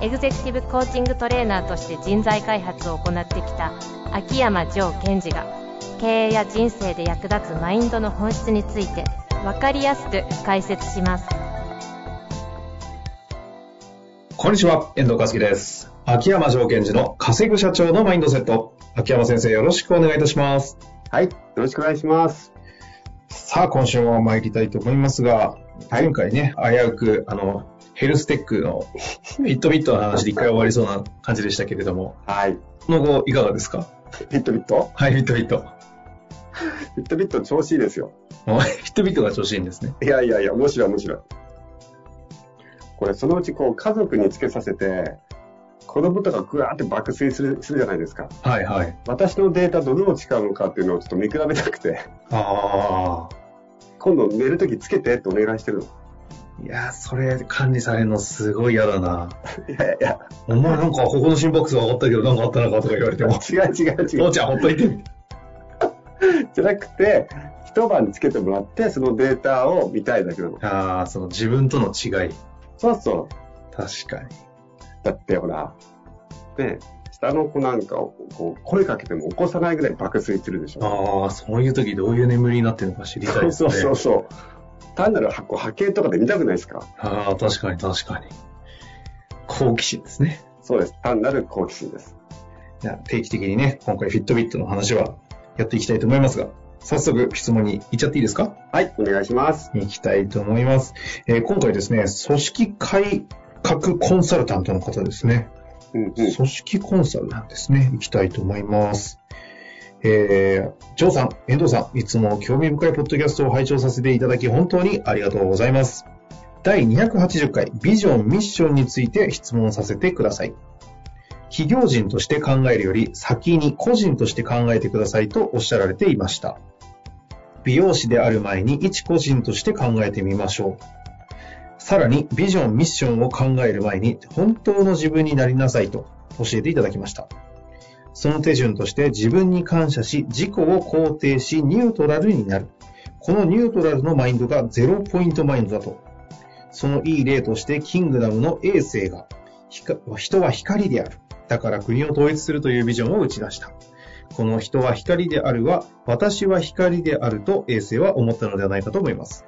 エグゼクティブコーチングトレーナーとして人材開発を行ってきた秋山城賢治が経営や人生で役立つマインドの本質について分かりやすく解説しますこんにちは、遠藤和樹です。秋山条件時の稼ぐ社長のマインドセット。秋山先生、よろしくお願いいたします。はい、よろしくお願いします。さあ、今週も参りたいと思いますが、前回ね、危うく、あの、ヘルステックのビットビットの話で一回終わりそうな感じでしたけれども、はい。その後、いかがですかビットビットはい、ビットビット。ビットビット調子いいですよ。もうビットビットが調子いいんですね。いやいやいや、面白い面白い。これ、そのうちこう、家族につけさせて、子供とかグワーって爆睡するするじゃないですか。はい、はい。私のデータどの使うのかっていうのをちょっと見比べたくて、ああ。今度寝るときつけてってお願いしてるの。いやー、それ管理されるのすごい嫌だな。いやいやお前なんか、ここの心拍数上がったけど、なんかあったのかとか言われても、いや、違う違う違父う。ちゃんほっといて。じゃなくて、一晩つけてもらって、そのデータを見たいだけなの。ああ、その自分との違い。そうそう。確かに。だってほら、ね、下の子なんかをこう声かけても起こさないぐらい爆睡するでしょ。ああ、そういう時どういう眠りになってるのか知りたいですそね。うそうそう。単なる箱波形とかで見たくないですかああ、確かに確かに。好奇心ですね。そうです。単なる好奇心です。じゃあ定期的にね、今回フィットビットの話はやっていきたいと思いますが、早速質問に行っちゃっていいですかはい、お願いします。行きたいと思います。えー今回ですね、組織改革コンサルタントの方ですね。うんうん。組織コンサルなんですね。行きたいと思います。えー、ジョーさん、遠藤さん、いつも興味深いポッドキャストを拝聴させていただき、本当にありがとうございます。第280回、ビジョン・ミッションについて質問させてください。企業人として考えるより先に個人として考えてくださいとおっしゃられていました。美容師である前に一個人として考えてみましょう。さらにビジョン、ミッションを考える前に本当の自分になりなさいと教えていただきました。その手順として自分に感謝し、自己を肯定し、ニュートラルになる。このニュートラルのマインドがゼロポイントマインドだと。そのいい例として、キングダムの衛星が、ひか人は光である。だから国を統一するというビジョンを打ち出した。この人は光であるは、私は光であると衛星は思ったのではないかと思います。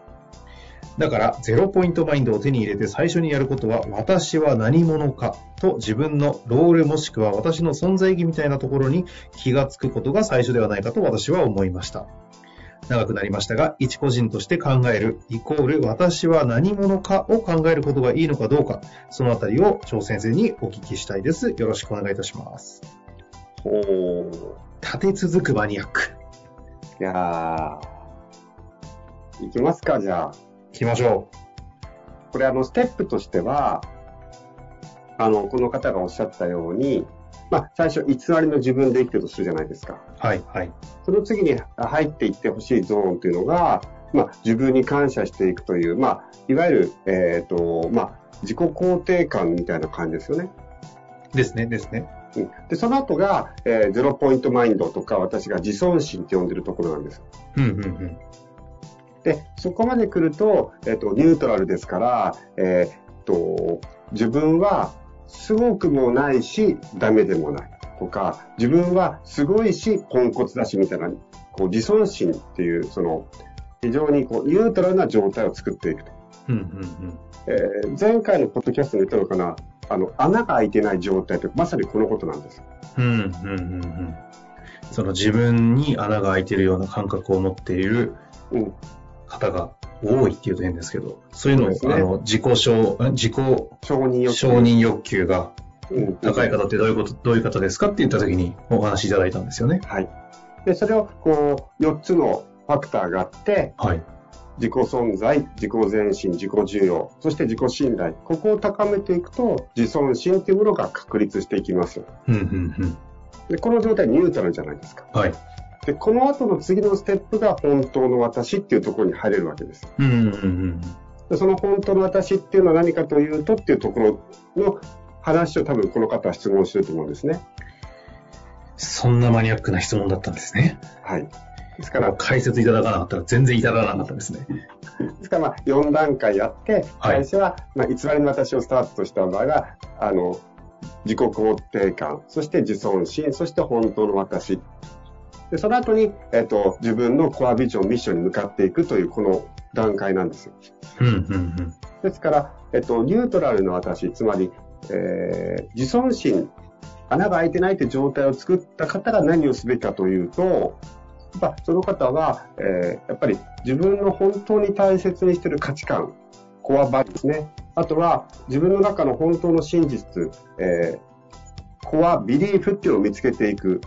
だから、ゼロポイントマインドを手に入れて最初にやることは、私は何者かと自分のロールもしくは私の存在意義みたいなところに気がつくことが最初ではないかと私は思いました。長くなりましたが、一個人として考える、イコール私は何者かを考えることがいいのかどうか、そのあたりを張先生にお聞きしたいです。よろしくお願いいたします。ほー。立て続くマニアック。いやー。いきますか、じゃあ。行きましょこれ、あの、ステップとしては、あの、この方がおっしゃったように、まあ、最初、偽りの自分で生きてるとするじゃないですか。う。はい、はい。その次に入っていってほしいゾーンというのが、まあ、自分に感謝していくという、まあ、いわゆる、えっ、と、まあ、自己肯定感みたいな感じですよね。ですね、ですね。うん、で、その後が、えーゼロポイントマインドとか、私が自尊心って呼んでるところなんです。うん、うん、うん。で、そこまで来ると、えっ、と、ニュートラルですから、えっ、と、自分はすごくもないし、ダメでもないとか、自分はすごいし、ポンコツだし、みたいな、こう、自尊心っていう、その、非常にこう、ニュートラルな状態を作っていくと。うん、うん、えー前回のポッドキャストで言ったのかな、あの、穴が開いてない状態って、まさにこのことなんです。うん。うん、うん、うん、うん。その自分に穴が開いているような感覚を持っているうん。方が多いっていうと変ですけど、そういうのを、そうですねあの自己承、ん自己承認欲承認欲求がうん高い方ってどういうこと、どういう方ですかって言った時にお話しいただいたんですよね。はい。で、それを、こう、4つのファクターがあって、はい。自己存在、自己前進、自己需要、そして自己信頼。ここを高めていくと、自尊心っていうものが確立していきます。うん、うん、うん。で、この状態ニュートラルじゃないですか。はい。で、この後の次のステップが本当の私っていうところに入れるわけです。うんうんうん。でその本当の私っていうのは何かというとっていうところの話を多分この方は質問してると思うんですね。そんなマニアックな質問だったんですね。はい。ですかだからら、解説いただかなかったら全然いただかなかったですね。ですからまあ4段階やって、はい最初は、まあ、偽りの私をスタートとした場合は、あの、自己肯定感、そして自尊心、そして本当の私。で、その後に、えっ、と、自分のコアビジョン、ミッションに向かっていくという、この段階なんですよ。うんうんですから、えっと、ニュートラルの私、つまり、えー自尊心、穴が開いてないという状態を作った方が何をすべきかというと、やっぱその方は、えーやっぱり自分の本当に大切にしている価値観、コアバリューですね。あとは、自分の中の本当の真実、えーコアビリーフっていうのを見つけていく。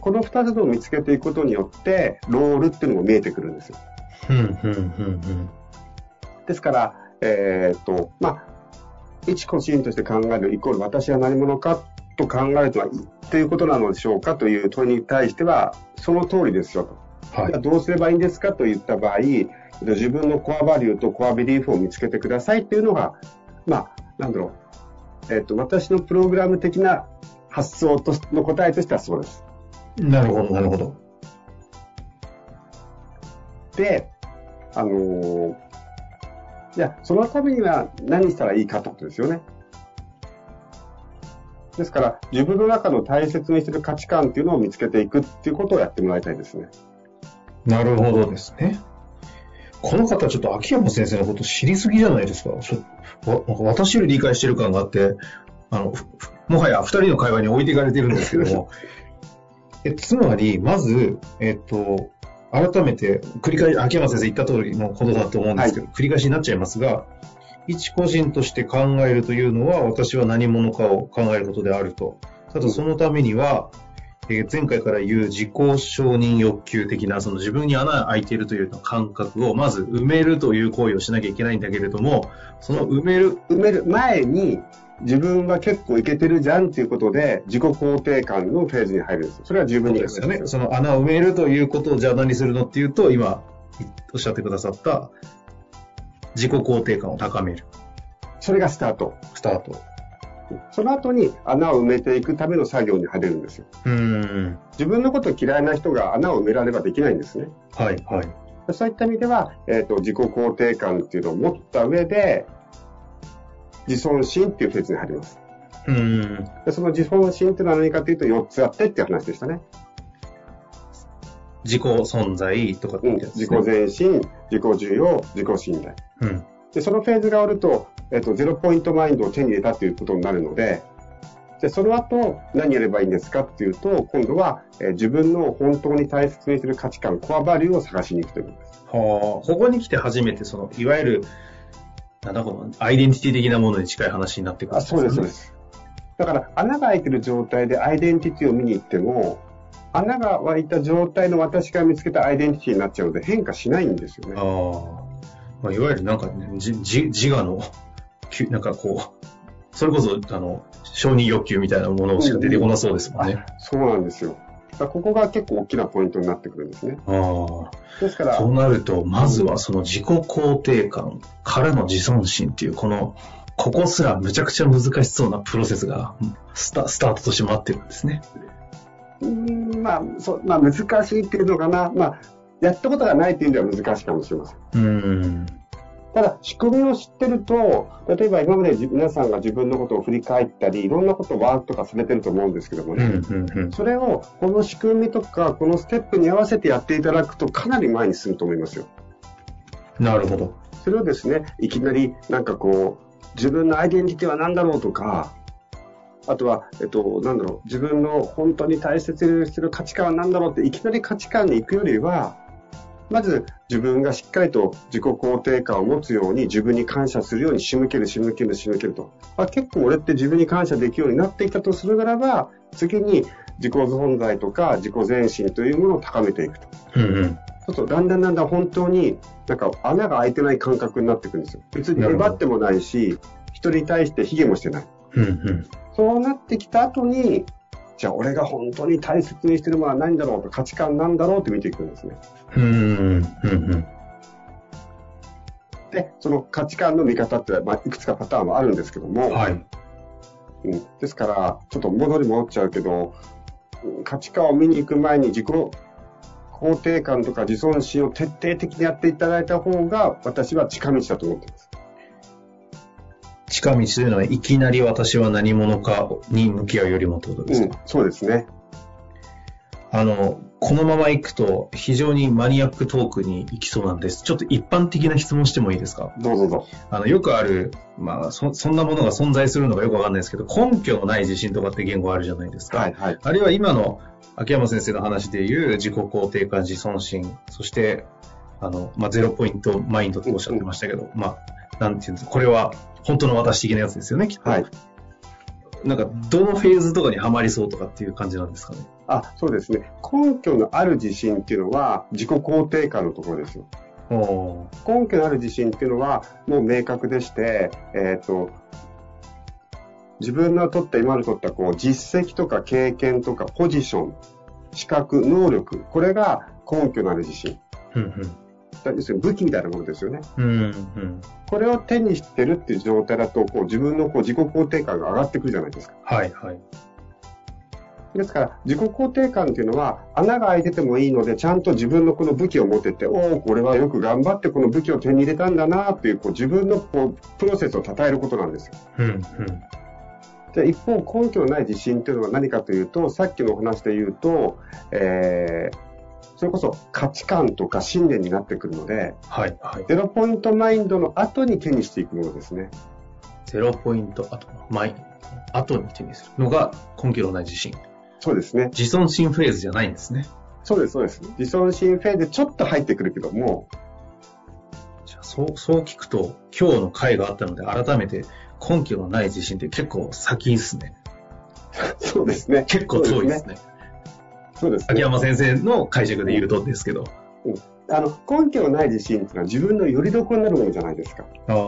この二つを見つけていくことによって、ロールっていうのも見えてくるんですよ。うん。うんうんうんですから、えーっと、まあ、一個人として考えるイコール私は何者かと考えるとは、ということなのでしょうかという問いに対しては、その通りですよと。うん。はい。どうすればいいんですかと言った場合、自分のコアバリューとコアビリーフを見つけてくださいっていうのが、まあ、なんだろう。えーっと、私のプログラム的な発想としの答えとしてはそうです。なるほど、なるほど。で、あのーじゃあ、そのためには何したらいいかってことですよね。ですから、自分の中の大切にしている価値観っていうのを見つけていくっていうことをやってもらいたいですね。なるほどですね。この方、ちょっと秋山先生のこと知りすぎじゃないですか。ちょわなんか私より理解してる感があって、あの、ふふもはや二人の会話に置いていかれてるんですけども。えつまり、まず、えっと、改めて、繰り返し、秋山先生言った通りのことだと思うんですけど、繰り返しになっちゃいますが、一個人として考えるというのは、私は何者かを考えることであると。ただ、そのためには、えー前回から言う自己承認欲求的な、その自分に穴が開いているというような感覚を、まず埋めるという行為をしなきゃいけないんだけれども、その埋める、埋める前に、自分は結構いけてるじゃんっていうことで、自己肯定感のフェーズに入るんですよ。それは十分ことにですよね。その穴を埋めるということをじゃあ何するのっていうと、今おっしゃってくださった自己肯定感を高めるそれがスタート。スタート。その後に穴を埋めていくための作業に入れるんですよ。うーん。自分のこと嫌いな人が穴を埋められればできないんですね。はい、はい。そういった意味では、えー、と自己肯定感っていうのを持った上で、自尊心っていうフェーズに入ります。うーん。でその自尊心っていうのは何かというと4つあってっていう話でしたね。自己存在とかってうん、やつです自己ね前進、自己重要、自己信頼。うん。で、そのフェーズが終わると、えっ、と、ゼロポイントマインドを手に入れたということになるので、で、その後、何やればいいんですかっていうと、今度は、えー自分の本当に大切にする価値観、コアバリューを探しに行くということです。はあ、ここに来て初めて、その、いわゆる、なんだこの、アイデンティティ的なものに近い話になってくるん。あそうです、そうですす。だから、穴が開いてる状態でアイデンティティを見に行っても、穴が開いた状態の私が見つけたアイデンティティになっちゃうので変化しないんですよあね。あ。まあ、いわゆるなんか、ね、じじ自我の、きゅなんかこう、それこそ、あの、承認欲求みたいなものしか出てこなそうですもんね。そうなんですよ。だからここが結構大きなポイントになってくるんですね。あですかあ。ら、そうなると、まずはその自己肯定感からの自尊心っていう、この、ここすらむちゃくちゃ難しそうなプロセスがスタ、スタートとして待ってるんですね。うーんまあそう、まあ難しいっていうのかな。まあ、やったことがないっていう意味では難しいかもしれません。うん。ただ、仕組みを知ってると、例えば今まで自皆さんが自分のことを振り返ったり、いろんなことをワークとかされてると思うんですけどもうん、うね。ん、うん。それを、この仕組みとか、このステップに合わせてやっていただくと、かなり前に進むと思いますよ。なるほど。それをですね、いきなり、なんかこう、自分のアイデンティティは何だろうとか、あとは、えっと、なんだろう、自分の本当に大切にする価値観は何だろうって、いきなり価値観に行くよりは、まず自分がしっかりと自己肯定感を持つように、自分に感謝するように仕向ける、仕向ける、仕向けると。あ結構俺って自分に感謝できるようになってきたとするならば、次に自己存在とか自己前進というものを高めていくと。うん、うん。そうするとだんだんだんだん本当になんか穴が開いてない感覚になってくるんですよ。別に奪ってもないし、人に対して卑下もしてない。うんうんそうなってきた後に、じゃあ俺が本当に大切にしてるものは何だろうと価値観なんだろうって見ていくんですね。うんうんうんで、その価値観の見方って、まあ、いくつかパターンはあるんですけどうも、ん。はい。うん、ですから、ちょっと戻り戻っちゃうけど、うん価値観を見に行く前に自己肯定感とか自尊心を徹底的にやっていただいた方が、私は近道だと思ってます。近道というのは、いきなり私は何者かに向き合うよりもってことですうか、ん、そうですね。あの、このまま行くと非常にマニアックトークに行きそうなんです。ちょっと一般的な質問してもいいですかどうぞどうぞ。あの、よくある、まあ、そ、そんなものが存在するのかよくわかんないですけど、根拠のない自信とかって言語あるじゃないですか。はい、はい。あるいは今の秋山先生の話でいう自己肯定感、自尊心、そして、あの、まあ、ゼロポイントマインドとおっしゃってましたけど、まあ、なんていうんですか、これは本当の私的なやつですよね、きっと。はい。なんか、どのフェーズとかにはまりそうとかっていう感じなんですかね。あ、そうですね。根拠のある自信っていうのは、自己肯定感のところですよ。おー根拠のある自信っていうのは、もう明確でして、えっ、と、自分の取った、今の取った、こう、実績とか経験とかポジション、資格、能力、これが根拠のある自信。うんだ要するに武器みたいなものですよね。うん。うんうん。これを手にしてるっていう状態だと、こう、自分のこう自己肯定感が上がってくるじゃないですか。はいはい。ですから、自己肯定感っていうのは、穴が開いててもいいので、ちゃんと自分のこの武器を持ってって、おお、これはよく頑張ってこの武器を手に入れたんだなっていう、こう自分のこうプロセスを称えることなんですよ。うんうん。で一方、根拠のない自信というのは何かというと、さっきのお話で言うと、えーそれこそ価値観とか信念になってくるので、はいはい。ゼロポイントマインドの後に手にしていくものですね。ゼロポイント、あと、マイ、後に手にするのが根拠のない自信。そうですね。自尊心フレーズじゃないんですね。そうです、そうです。自尊心フェーズちょっと入ってくるけども、 じゃあそう、そう聞くと、今日の回があったので、改めて、根拠のない自信って結構先ですね。そうですね。結構遠いですね。そうですね。秋山先生の解釈で言うとですけど。あの根拠のない自信っていうのは自分の拠り所になるものじゃないですか。ああ、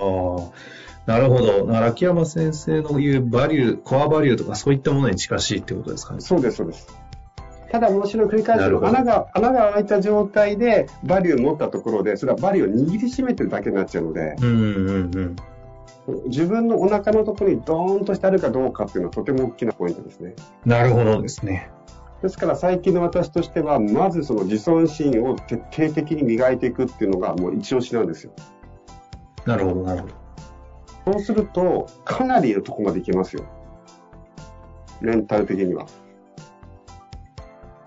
なるほど。だから秋山先生の言うバリュー、コアバリューとかそういったものに近しいってことですかね。そうです、そうです。ただ、面白い繰り返なするほのど穴が、穴が開いた状態で、バリューを持ったところで、それはバリューを握りしめてるだけになっちゃうので、うんうんうん。自分のお腹のところにドーンとしてあるかどうかっていうのはとても大きなポイントですね。なるほどですね。ですから、最近の私としては、まずその自尊心を徹底的に磨いていくっていうのが、もう一押しなんですよ。なるほど、なるほど。そうすると、かなりのとこまでいけますよ。メンタル的には。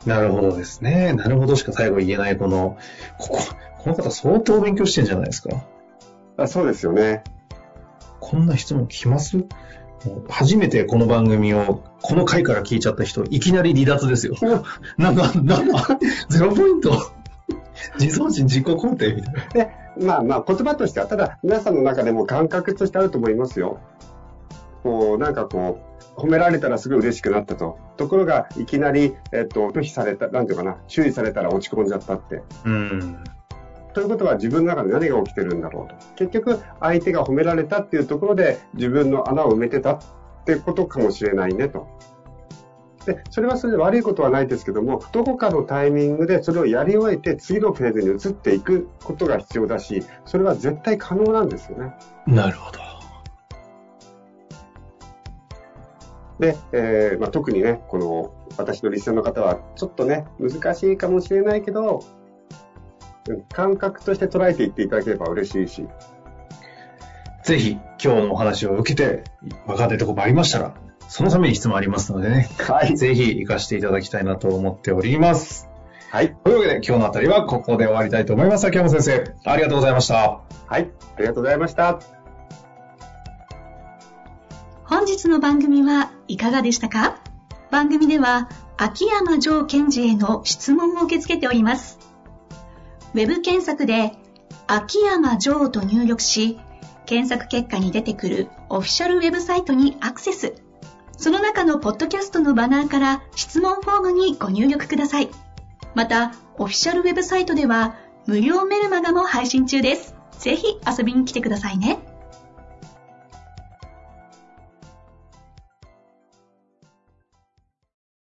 なるほどですね。なるほどしか最後言えない、この、ここ、この方相当勉強してんじゃないですか。あそうですよね。こんな質問来ますもう初めてこの番組を、この回から聞いちゃった人、いきなり離脱ですよ。 なんか、なんか、ゼロポイント。自尊心自己肯定みたいな。で、まあまあ言葉としては、ただ皆さんの中でも感覚としてあると思いますよ。こう、なんかこう、褒められたらすごい嬉しくなったと。ところが、いきなり、えっと、拒否された、なんていうかな、注意されたら落ち込んじゃったって。うん。ということは自分の中で何が起きてるんだろうと。結局、相手が褒められたっていうところで自分の穴を埋めてたってことかもしれないねと。で、それはそれで悪いことはないですけども、どこかのタイミングでそれをやり終えて次のフェーズに移っていくことが必要だし、それは絶対可能なんですよね。なるほど。で、えーまあ、特にね、この私のリスナーの方は、ちょっとね、難しいかもしれないけど、うん感覚として捉えていっていただければ嬉しいし、ぜひ、今日のお話を受けて、分かんないとこもありましたら、そのために質問ありますのでね、はい。ぜひ活かしていただきたいなと思っております。はい。というわけで今日のあたりはここで終わりたいと思います。秋山先生、ありがとうございました。はい。ありがとうございました。本日の番組はいかがでしたか番組では秋山城賢治への質問を受け付けております。ウェブ検索で秋山城と入力し、検索結果に出てくるオフィシャルウェブサイトにアクセス。その中のポッドキャストのバナーから質問フォームにご入力ください。また、オフィシャルウェブサイトでは無料メルマガも配信中です。ぜひ遊びに来てくださいね。